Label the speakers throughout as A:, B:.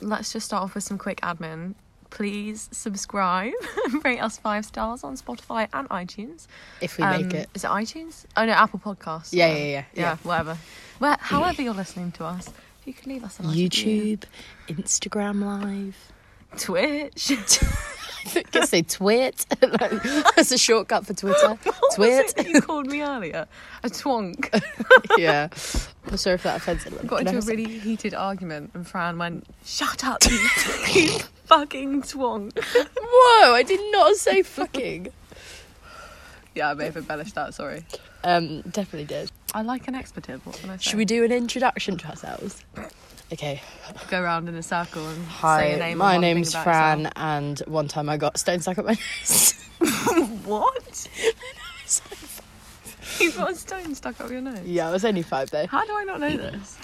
A: let's just start off with some quick admin. Please subscribe and rate us five stars on Spotify and iTunes.
B: If we
A: Um,
B: make it.
A: Is it iTunes? Oh no, Apple Podcasts.
B: Yeah, yeah, yeah,
A: yeah.
B: yeah.
A: whatever. Where, however you're listening to us, if you could leave us a nice review.
B: YouTube, Instagram Live.
A: Twitch.
B: I guess say twit. That's a shortcut for Twitter.
A: Was
B: twit.
A: it that you called me earlier a twonk.
B: yeah. I'm sorry if that offends anyone.
A: Got
B: No,
A: into a
B: it's-
A: really heated argument, and Fran went, "Shut up, you, you fucking twonk."
B: Whoa, I did not say fucking.
A: Yeah, I may have embellished that. Sorry.
B: um, definitely did.
A: I like an expletive. What can I say?
B: Should we do an introduction to ourselves? Okay.
A: go round in a circle and say
B: Hi,
A: your name? and
B: my
A: one thing
B: name's
A: about
B: Fran, and one time I got stone stuck up my nose.
A: yourself. What? You've got a stone stuck up your nose.
B: yeah, I was only five though.
A: How do I not know this?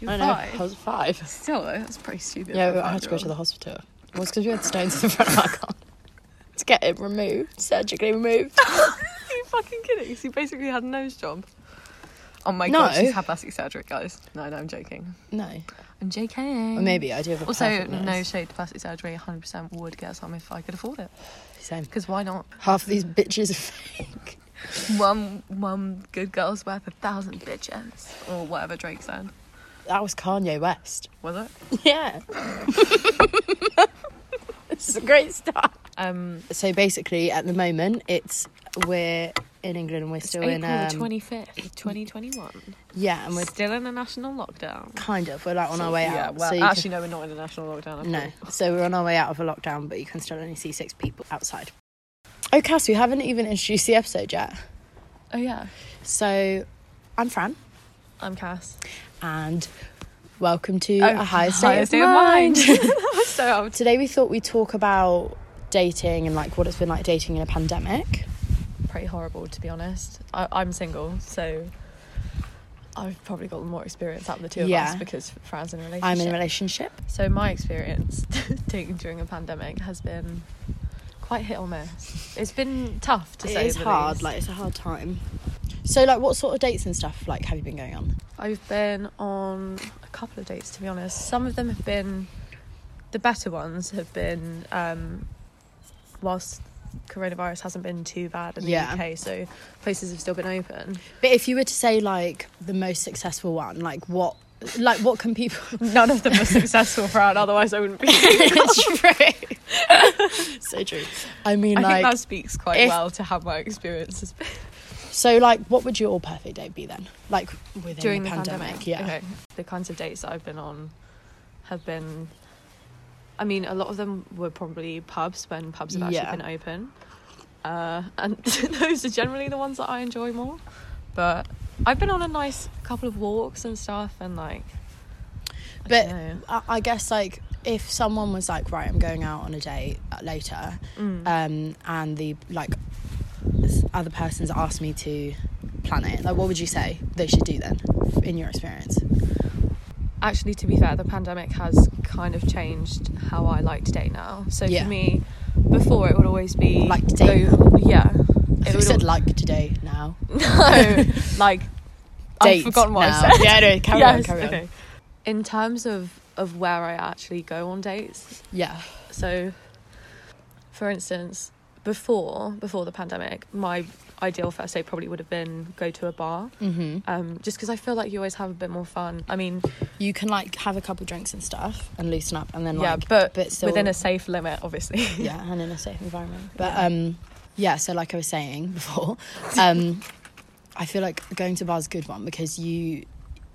A: You're
B: I know.
A: five.
B: I was five.
A: Still, though, that's pretty stupid.
B: Yeah,
A: for a
B: I had to go to the
A: five-year-old.
B: hospital. It was because we had stones in the front of our car to get it removed, surgically removed.
A: Are you fucking kidding? So you basically had a nose job. Oh my
B: No.
A: god, she's had plastic surgery, guys. No, no, I'm joking.
B: No,
A: I'm joking.
B: or maybe I do have a
A: Also,
B: perfect nose.
A: no shade to plastic surgery. 100% would get some if I could afford it.
B: Same.
A: Because why not?
B: Half of these bitches are fake.
A: One, one good girl's worth a thousand bitches, or whatever Drake said.
B: That was Kanye West.
A: Was it?
B: Yeah. this is a great start.
A: Um,
B: So basically, at the moment, it's we're in England and we're still in.
A: April the
B: um,
A: twenty fifth, twenty twenty one.
B: Yeah, and
A: We're
B: we're
A: still in a national lockdown.
B: kind of we're like on our way
A: Yeah,
B: out.
A: well,
B: so you
A: actually, no, we're not in a national lockdown. I
B: can, no.
A: thought.
B: So we're on our way out of a lockdown, but you can still only see six people outside. Oh, Cass, we haven't even introduced the episode yet.
A: Oh yeah,
B: So I'm Fran,
A: I'm Cass.
B: and welcome to
A: Oh,
B: a high state
A: Highest
B: of
A: State of
B: mind.
A: so out.
B: Today we thought we'd talk about dating and like what it's been like dating in a pandemic.
A: pretty horrible to be honest. I, I'm single, so I've probably got more experience out of the two of
B: Yeah.
A: us because Fran's in a relationship.
B: I'm in a relationship.
A: So my experience dating during a pandemic has been quite hit or miss. It's been tough to
B: It
A: say.
B: is
A: the
B: hard.
A: least.
B: Like it's a hard time. So like, what sort of dates and stuff like have you been going on?
A: I've been on a couple of dates to be honest. Some of them have been the better ones have been um, whilst coronavirus hasn't been too bad in the
B: Yeah.
A: UK, so places have still been open.
B: But if you were to say like the most successful one, like what, like what can people?
A: None of them were successful for out, otherwise I wouldn't be. I
B: it's true. so true. I mean,
A: think
B: like,
A: that speaks quite
B: if-
A: well to how my experience has been
B: so like, what would your perfect date be then? Like within
A: during
B: the
A: the
B: pandemic,
A: pandemic.
B: yeah.
A: Okay. The kinds of dates that I've been on have been. I mean, a lot of them were probably pubs when pubs have actually
B: Yeah.
A: been open. Uh, and those are generally the ones that I enjoy more. But I've been on a nice couple of walks and stuff, and like. I
B: But
A: dunno.
B: I, I guess like if someone was like, right, I'm going out on a date uh, later,
A: Mm.
B: um, and the like s- other person's asked me to plan it, like, what would you say they should do then, in your experience?
A: actually to be fair the pandemic has kind of changed how i like to date now so
B: Yeah.
A: for me before it would always be
B: Like to date
A: go- yeah
B: If you
A: would
B: said
A: al-
B: like today now.
A: no like i've
B: Date
A: forgotten what
B: now.
A: i said
B: Yeah, no, carry on,
A: Yes,
B: carry on.
A: okay. in terms of of where i actually go on dates
B: Yeah.
A: so for instance before before the pandemic my ideal first date probably would have been go to a bar
B: hmm
A: um, just because i feel like you always have a bit more fun i mean
B: You can like have a couple drinks and stuff and loosen up and then
A: yeah
B: like
A: but,
B: still-
A: within a safe limit obviously
B: yeah and in a safe environment. But
A: Yeah.
B: um yeah, so like I was saying before, um I feel like going to bars is a good one because you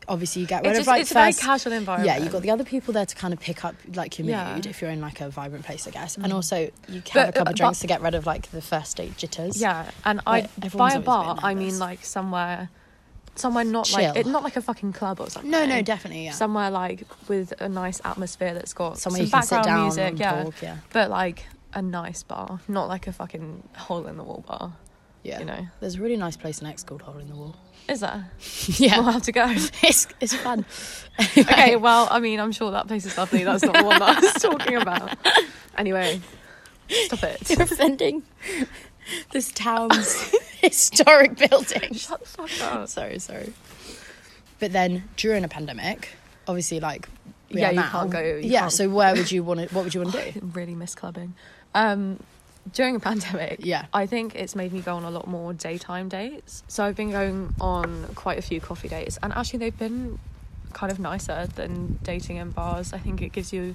B: obviously you get rid
A: It's,
B: of
A: just,
B: like
A: it's a very
B: first
A: casual environment.
B: yeah, you've got the other people there to kind of pick up like your
A: Yeah.
B: mood if you're in like a vibrant place, I guess.
A: Mhm.
B: And also you
A: But-
B: can
A: uh,
B: have a couple
A: but-
B: drinks to get rid of like the first date jitters.
A: yeah, and I
B: Like, everyone's
A: by a
B: always
A: bar
B: been
A: I
B: nervous.
A: mean like somewhere, somewhere not like
B: Chill.
A: it, not like a fucking club or something.
B: No, no, definitely, yeah.
A: Somewhere like with a nice atmosphere that's got some
B: Somewhere you can sit
A: background
B: down
A: music,
B: and
A: yeah,
B: talk, yeah.
A: but like a nice bar, not like a fucking hole in the wall bar.
B: Yeah.
A: You know,
B: There's a really nice place next called Hole in the Wall.
A: is there?
B: yeah.
A: We'll have to go.
B: it's it's fun.
A: okay, well, I mean, I'm sure that place is lovely. That's not the one that I was talking about. Anyway, stop it.
B: You're offending this town's historic building.
A: Shut the fuck up.
B: Sorry, sorry. But then during a pandemic, obviously, like we
A: yeah,
B: are
A: you
B: now.
A: can't go. you
B: yeah.
A: can't-
B: So where would you want to? What would you want to
A: I
B: do?
A: really miss clubbing. Um, during a pandemic,
B: Yeah.
A: I think it's made me go on a lot more daytime dates. So I've been going on quite a few coffee dates, and actually they've been kind of nicer than dating in bars. I think it gives you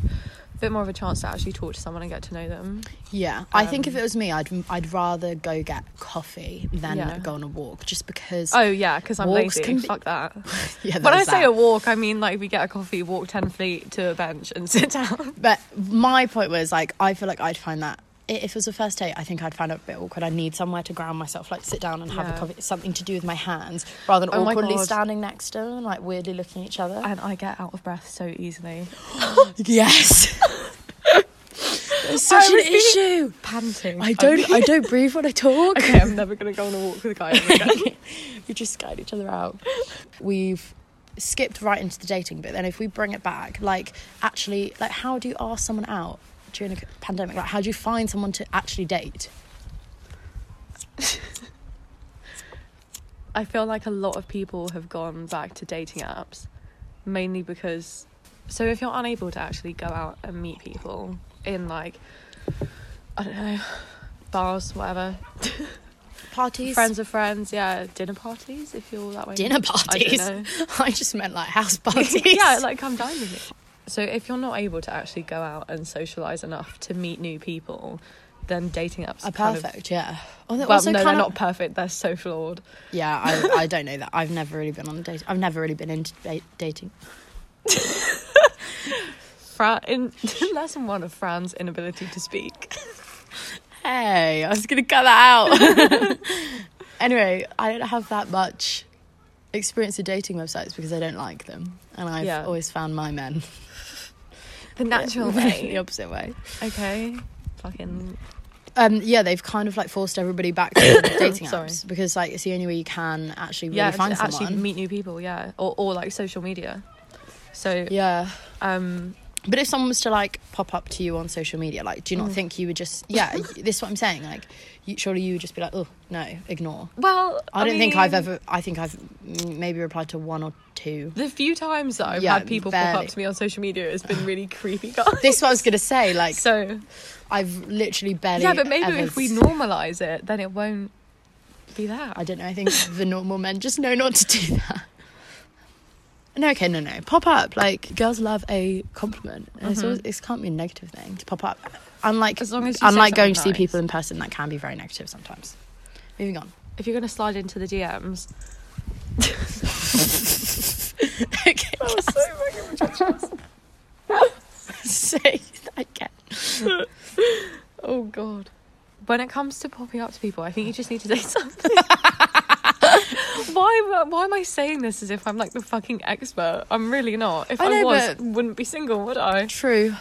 A: a bit more of a chance to actually talk to someone and get to know them.
B: Yeah, I think if
A: Um,
B: it was me, I'd I'd rather go get coffee than
A: Yeah.
B: go on a walk, just because.
A: Oh yeah, because I'm
B: Walks
A: lazy.
B: can be-
A: Fuck that.
B: yeah,
A: when I
B: there's
A: say
B: that.
A: a walk, I mean like we get a coffee, walk ten feet to a bench, and sit down.
B: But my point was like, I feel like I'd find that i- if it was a first date, I think I'd find it a bit awkward. I need somewhere to ground myself, like sit down and have
A: Yeah.
B: a coffee, something to do with my hands, rather than
A: Oh my
B: awkwardly
A: God.
B: standing next to them and like weirdly looking at each other.
A: And I get out of breath so easily.
B: yes, it's such
A: I
B: an
A: would be-
B: issue.
A: Panting.
B: I don't, I don't breathe when I talk.
A: okay, I'm never gonna go on a walk with a guy ever again.
B: we just guide each other out. We've skipped right into the dating bit. Then if we bring it back, like actually, like how do you ask someone out during a c- pandemic? Like how do you find someone to actually date?
A: I feel like a lot of people have gone back to dating apps mainly because so if you're unable to actually go out and meet people in like I don't know bars whatever
B: Parties,
A: friends of friends yeah dinner parties if you're that way
B: dinner
A: I
B: parties. I,
A: don't know.
B: just meant like house parties.
A: yeah like come dine with me so if you're not able to actually go out and socialize enough to meet new people then dating apps
B: are
A: kind of-
B: perfect. yeah. Oh, they're
A: well
B: also
A: no they're
B: kind
A: not perfect they're so flawed
B: Yeah, I, I don't know that. I've never really been on a date. I've never really been into da- dating.
A: Fra- in lesson one of Fran's inability to speak.
B: Hey, I was gonna cut that out. anyway, I don't have that much experience with dating websites because I don't like them, and I've
A: Yeah.
B: always found my men
A: The natural
B: the
A: way.
B: opposite way.
A: okay. Fucking.
B: Um, yeah, they've kind of like forced everybody back to dating apps
A: Sorry.
B: because like it's the only way you can actually really
A: Yeah,
B: find
A: to
B: someone.
A: actually meet new people, yeah. Or, or like social media. So,
B: yeah,
A: um,
B: but if someone was to like pop up to you on social media, like, do you not
A: Mm.
B: think you would just? Yeah, y- this is what I'm saying. Like, you, surely you would just be like, oh no, ignore.
A: well.
B: I don't think I've
A: mean,
B: ever. I think I've mm, maybe replied to one or two.
A: The few times that I've
B: Yeah,
A: had people pop
B: barely.
A: up to me on social media, it's been really creepy, guys.
B: This is what I was gonna say. Like
A: so,
B: I've literally barely.
A: yeah, but maybe
B: ever
A: if we
B: s-
A: normalize it, then it won't be that.
B: I don't know. I think the normal men just know not to do that. No, okay, no, no. Pop up. Like girls love a compliment. And It's
A: Mhm.
B: always, it can't be a negative thing to pop up. Unlike
A: As long as you say
B: unlike going to see
A: something
B: people in person, that can be very negative sometimes. Moving on.
A: If you're going to slide into the DMs.
B: okay,
A: That was so fucking
B: say that again.
A: Oh god. When it comes to popping up to people, I think you just need to say something. why am I- why am I saying this as if I'm like the fucking expert? I'm really not. If
B: I
A: I,
B: know,
A: was,
B: but-
A: wouldn't be single, would I?
B: True.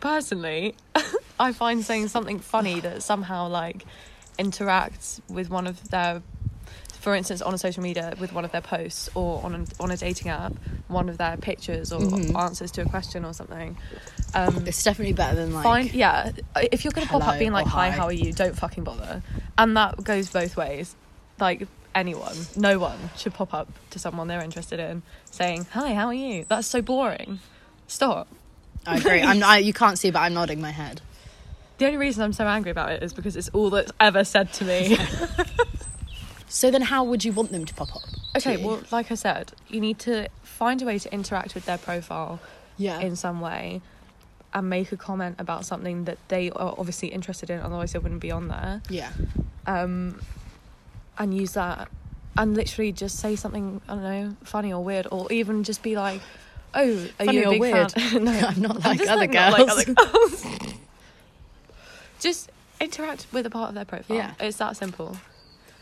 A: Personally, I find saying something funny that somehow like interacts with one of their for instance on a social media with one of their posts or on a, on a dating app, one of their pictures or
B: Mhm.
A: answers to a question or something. Um,
B: It's definitely better than like.
A: Find yeah. If you're gonna pop
B: hello
A: up being like,
B: or
A: "Hi,
B: hi."
A: how are you?" Don't fucking bother, and that goes both ways. Like anyone, no one should pop up to someone they're interested in saying, "Hi, how are you?" That's so boring. Stop.
B: I agree. I'm. I, you can't see, but I'm nodding my head.
A: The only reason I'm so angry about it is because it's all that's ever said to me.
B: So then, how would you want them to pop up?
A: okay,
B: to you?
A: well, like I said, you need to find a way to interact with their profile
B: yeah,
A: in some way and make a comment about something that they are obviously interested in, otherwise they wouldn't be on there.
B: yeah.
A: um, and use that and literally just say something I don't know funny or weird or even just be like oh are
B: Funny
A: you a
B: or
A: big
B: weird?
A: fan? no,
B: I'm not like
A: just,
B: other
A: not like
B: girls.
A: girls. just interact with a part of their profile
B: Yeah.
A: it's that simple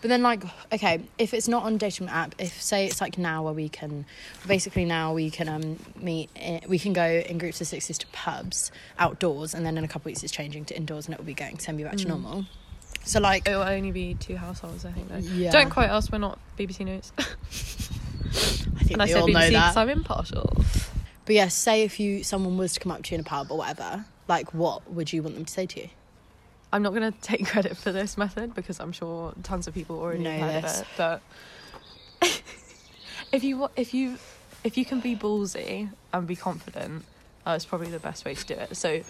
B: But then, like, okay, if it's not on dating app, if say it's like now where we can, basically now we can um meet, i- we can go in groups of sixes to pubs outdoors, and then in a couple weeks it's changing to indoors, and it will be going semi back to
A: Mm.
B: normal. So like,
A: it will only be two households I think though
B: Yeah.
A: don't quote us we're not BBC News
B: I think
A: and I
B: we
A: said
B: all know
A: BBC because
B: that.
A: I'm impartial
B: But yeah, say if you someone was to come up to you in a pub or whatever, like, what would you want them to say to you?
A: I'm not going to take credit for this method because I'm sure tons of people already
B: Know
A: know heard
B: this.
A: of it. But if you wa- if you if you can be ballsy and be confident, that's probably the best way to do it. So,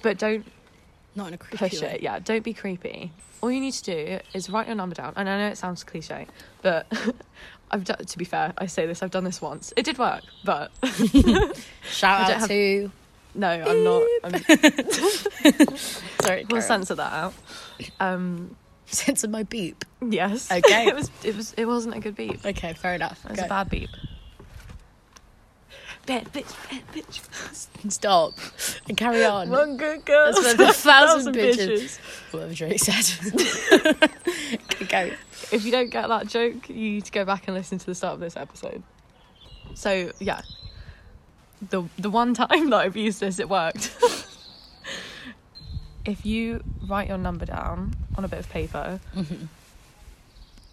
A: but don't
B: Not in a creepy
A: push
B: way.
A: it. Yeah, don't be creepy. All you need to do is write your number down. And I know it sounds cliche, but I've done. To be fair, I say this. I've done this once. It did work, but I
B: Shout
A: don't
B: out
A: have-
B: to.
A: no, I'm not. I'm,
B: Sorry,
A: we'll
B: we'll
A: censor that out. Um,
B: censored my beep.
A: yes.
B: Okay.
A: it was. It was. It wasn't a good beep.
B: Okay, fair enough.
A: It was
B: Go.
A: a bad beep. Bad bitch. Bad bitch.
B: Stop and carry on.
A: One good girl.
B: That's worth a thousand
A: bitches.
B: bitches. Whatever Drake said. okay, go.
A: if you don't get that joke, you need to go back and listen to the start of this episode. So yeah, the the one time that I've used this, it worked. if you write your number down on a bit of paper,
B: Mm-hmm.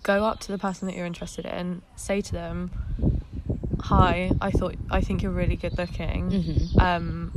A: go up to the person that you're interested in, say to them, "Hi, I thought I think you're really good looking."
B: Mm-hmm.
A: um,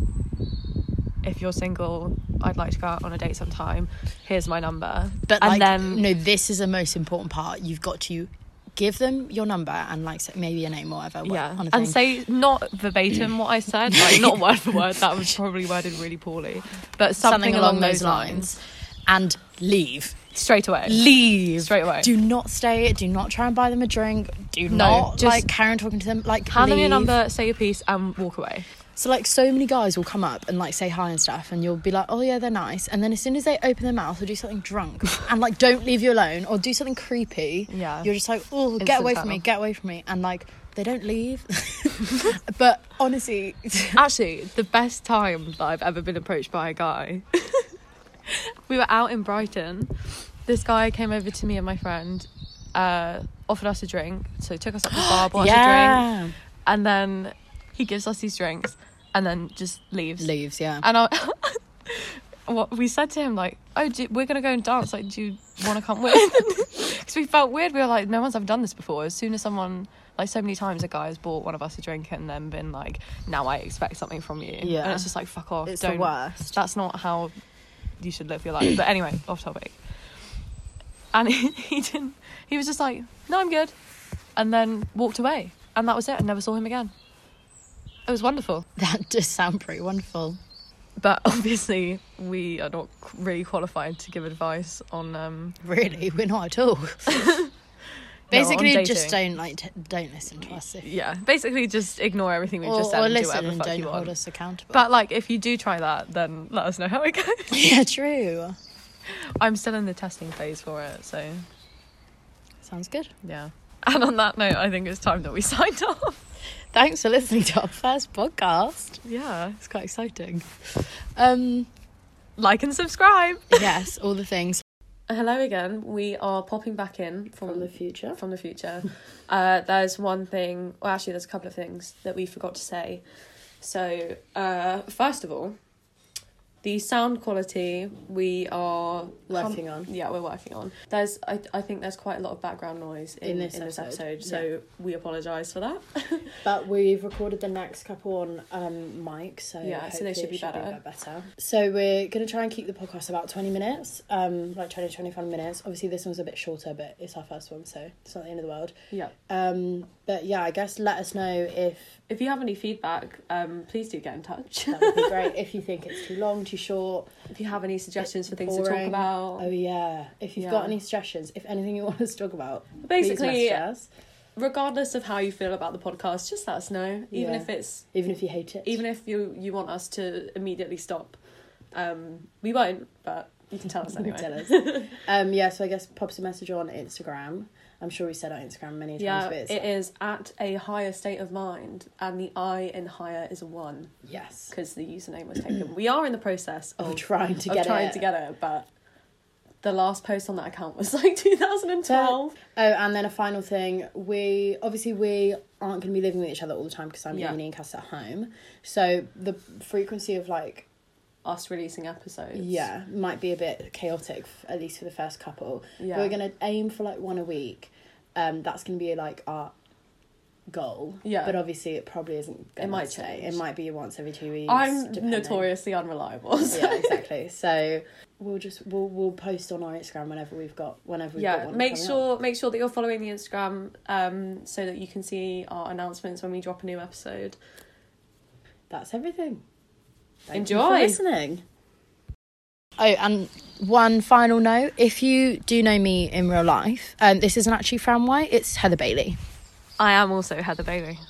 A: if you're single, I'd like to go out on a date sometime. Here's my number.
B: But
A: and um,
B: like,
A: then
B: no, this is the most important part. You've got to give them your number and like say- maybe a name or whatever. what-
A: yeah,
B: on a
A: and
B: thing.
A: say not verbatim what I said, like not word for word. That was probably worded really poorly, but something, along, those lines.
B: and leave.
A: straight away.
B: Leave
A: Straight away.
B: Do not stay. Do not try and buy them a drink. Do
A: No,
B: not
A: just-
B: like Karen talking to them. Like
A: Hand them your
B: leave.
A: number, say your piece, and walk away.
B: So like so many guys will come up and like say hi and stuff, and you'll be like, oh yeah, they're nice. And then as soon as they open their mouth or do something drunk and like don't leave you alone or do something creepy,
A: Yeah.
B: you're just like, oh, get
A: Instant
B: away from
A: turn
B: me,
A: off.
B: get away from me, and like they don't leave. but honestly,
A: Actually, the best time that I've ever been approached by a guy. we were out in Brighton. This guy came over to me and my friend, uh, offered us a drink. So he took us up to the bar, bought us a drink,
B: yeah,
A: and then he gives us these drinks, and then just leaves.
B: leaves. Yeah,
A: And I, what we said to him like, oh, do, we're gonna go and dance. Like, do you want to come with? Because we felt weird. We were like, no one's ever done this before. As soon as someone, like, so many times a guy has bought one of us a drink and then been like, now I expect something from you.
B: Yeah.
A: And it's just like, fuck off.
B: It's the
A: Oh, Don't.
B: worst.
A: That's not how you should live your life. But anyway, off topic. And he, he didn't. He was just like, no, I'm good, and then walked away. And that was it. I never saw him again. It was wonderful
B: that does sound pretty wonderful.
A: but obviously we are not qu- really qualified to give advice on um
B: Really, we're not at all. Basically, just
A: dating.
B: don't like t- don't listen to us. If,
A: yeah basically just ignore everything we've
B: or,
A: just said
B: or
A: and do
B: listen
A: whatever the
B: and
A: fuck
B: don't
A: you
B: hold
A: want
B: us accountable.
A: but like if you do try that then let us know how it goes
B: yeah, true.
A: i'm still in the testing phase for it so
B: Sounds good.
A: yeah and on that note i think it's time that we signed off
B: Thanks for listening to our first podcast.
A: yeah
B: It's quite exciting. Um,
A: like and subscribe
B: yes, all the things.
A: hello again we are popping back in from the
B: future.
A: from the future. Uh, there's one thing, well, actually, there's a couple of things that we forgot to say. So, uh, first of all, the sound quality we are
B: Working on.
A: Yeah, we're working on. There's, I, I think there's quite a lot of background noise in, in, this, episode, so we apologise for that.
B: But we've recorded the next couple on um, mic, so
A: Yeah, so they
B: hopefully
A: should
B: it
A: be better.
B: a bit better. So we're going to try and keep the podcast about 20 minutes, um, like 20 25 minutes. Obviously, this one's a bit shorter, but it's our first one, so it's not the end of the world.
A: yeah.
B: Um, but yeah, I guess let us know if
A: If you have any feedback, um, please do get in touch.
B: that would be great, if you think it's too long, too short.
A: if you have any suggestions for things to talk
B: boring.
A: about,
B: Oh, yeah. If you've got
A: Yeah.
B: any suggestions, if anything you want us to talk about,
A: Oh,
B: please
A: basically,
B: message us.
A: regardless of how you feel about the podcast, just let us know. Even
B: Yeah.
A: if it's
B: Even if you hate it.
A: even if you you want us to immediately stop um we won't but you can tell us anyway
B: Tell us. um, yeah, so I guess pop us a message on Instagram. I'm sure we said our Instagram many times,
A: yeah
B: but it's
A: it is at a higher state of mind and the i in higher is a one
B: yes.
A: because the username was taken we are in the process of,
B: Of trying to
A: Oh, of
B: get
A: trying
B: it.
A: to get it but the last post on that account was like 2012
B: Oh, and then a final thing. We obviously we aren't going to be living with each other all the time because I'm
A: Yeah.
B: uni and Cass at home. So the frequency of like
A: us releasing episodes
B: yeah might be a bit chaotic f- at least for the first couple.
A: Yeah.
B: But we're going to aim for like one a week. Um, that's going to be like our goal.
A: Yeah.
B: But obviously it probably isn't. Gonna
A: might
B: stay. It
A: change.
B: might be once every two weeks.
A: i'm
B: depending.
A: notoriously unreliable so
B: yeah, exactly. So we'll just we'll we'll post on our Instagram whenever we've got whenever we've got
A: yeah
B: one
A: make
B: coming up.
A: sure make sure that you're following the instagram um so that you can see our announcements when we drop a new episode
B: that's everything.
A: Enjoy.
B: listening. Oh, and one final note: if you do know me in real life, um, this isn't actually Fran White; it's Heather Bailey.
A: i am also heather bailey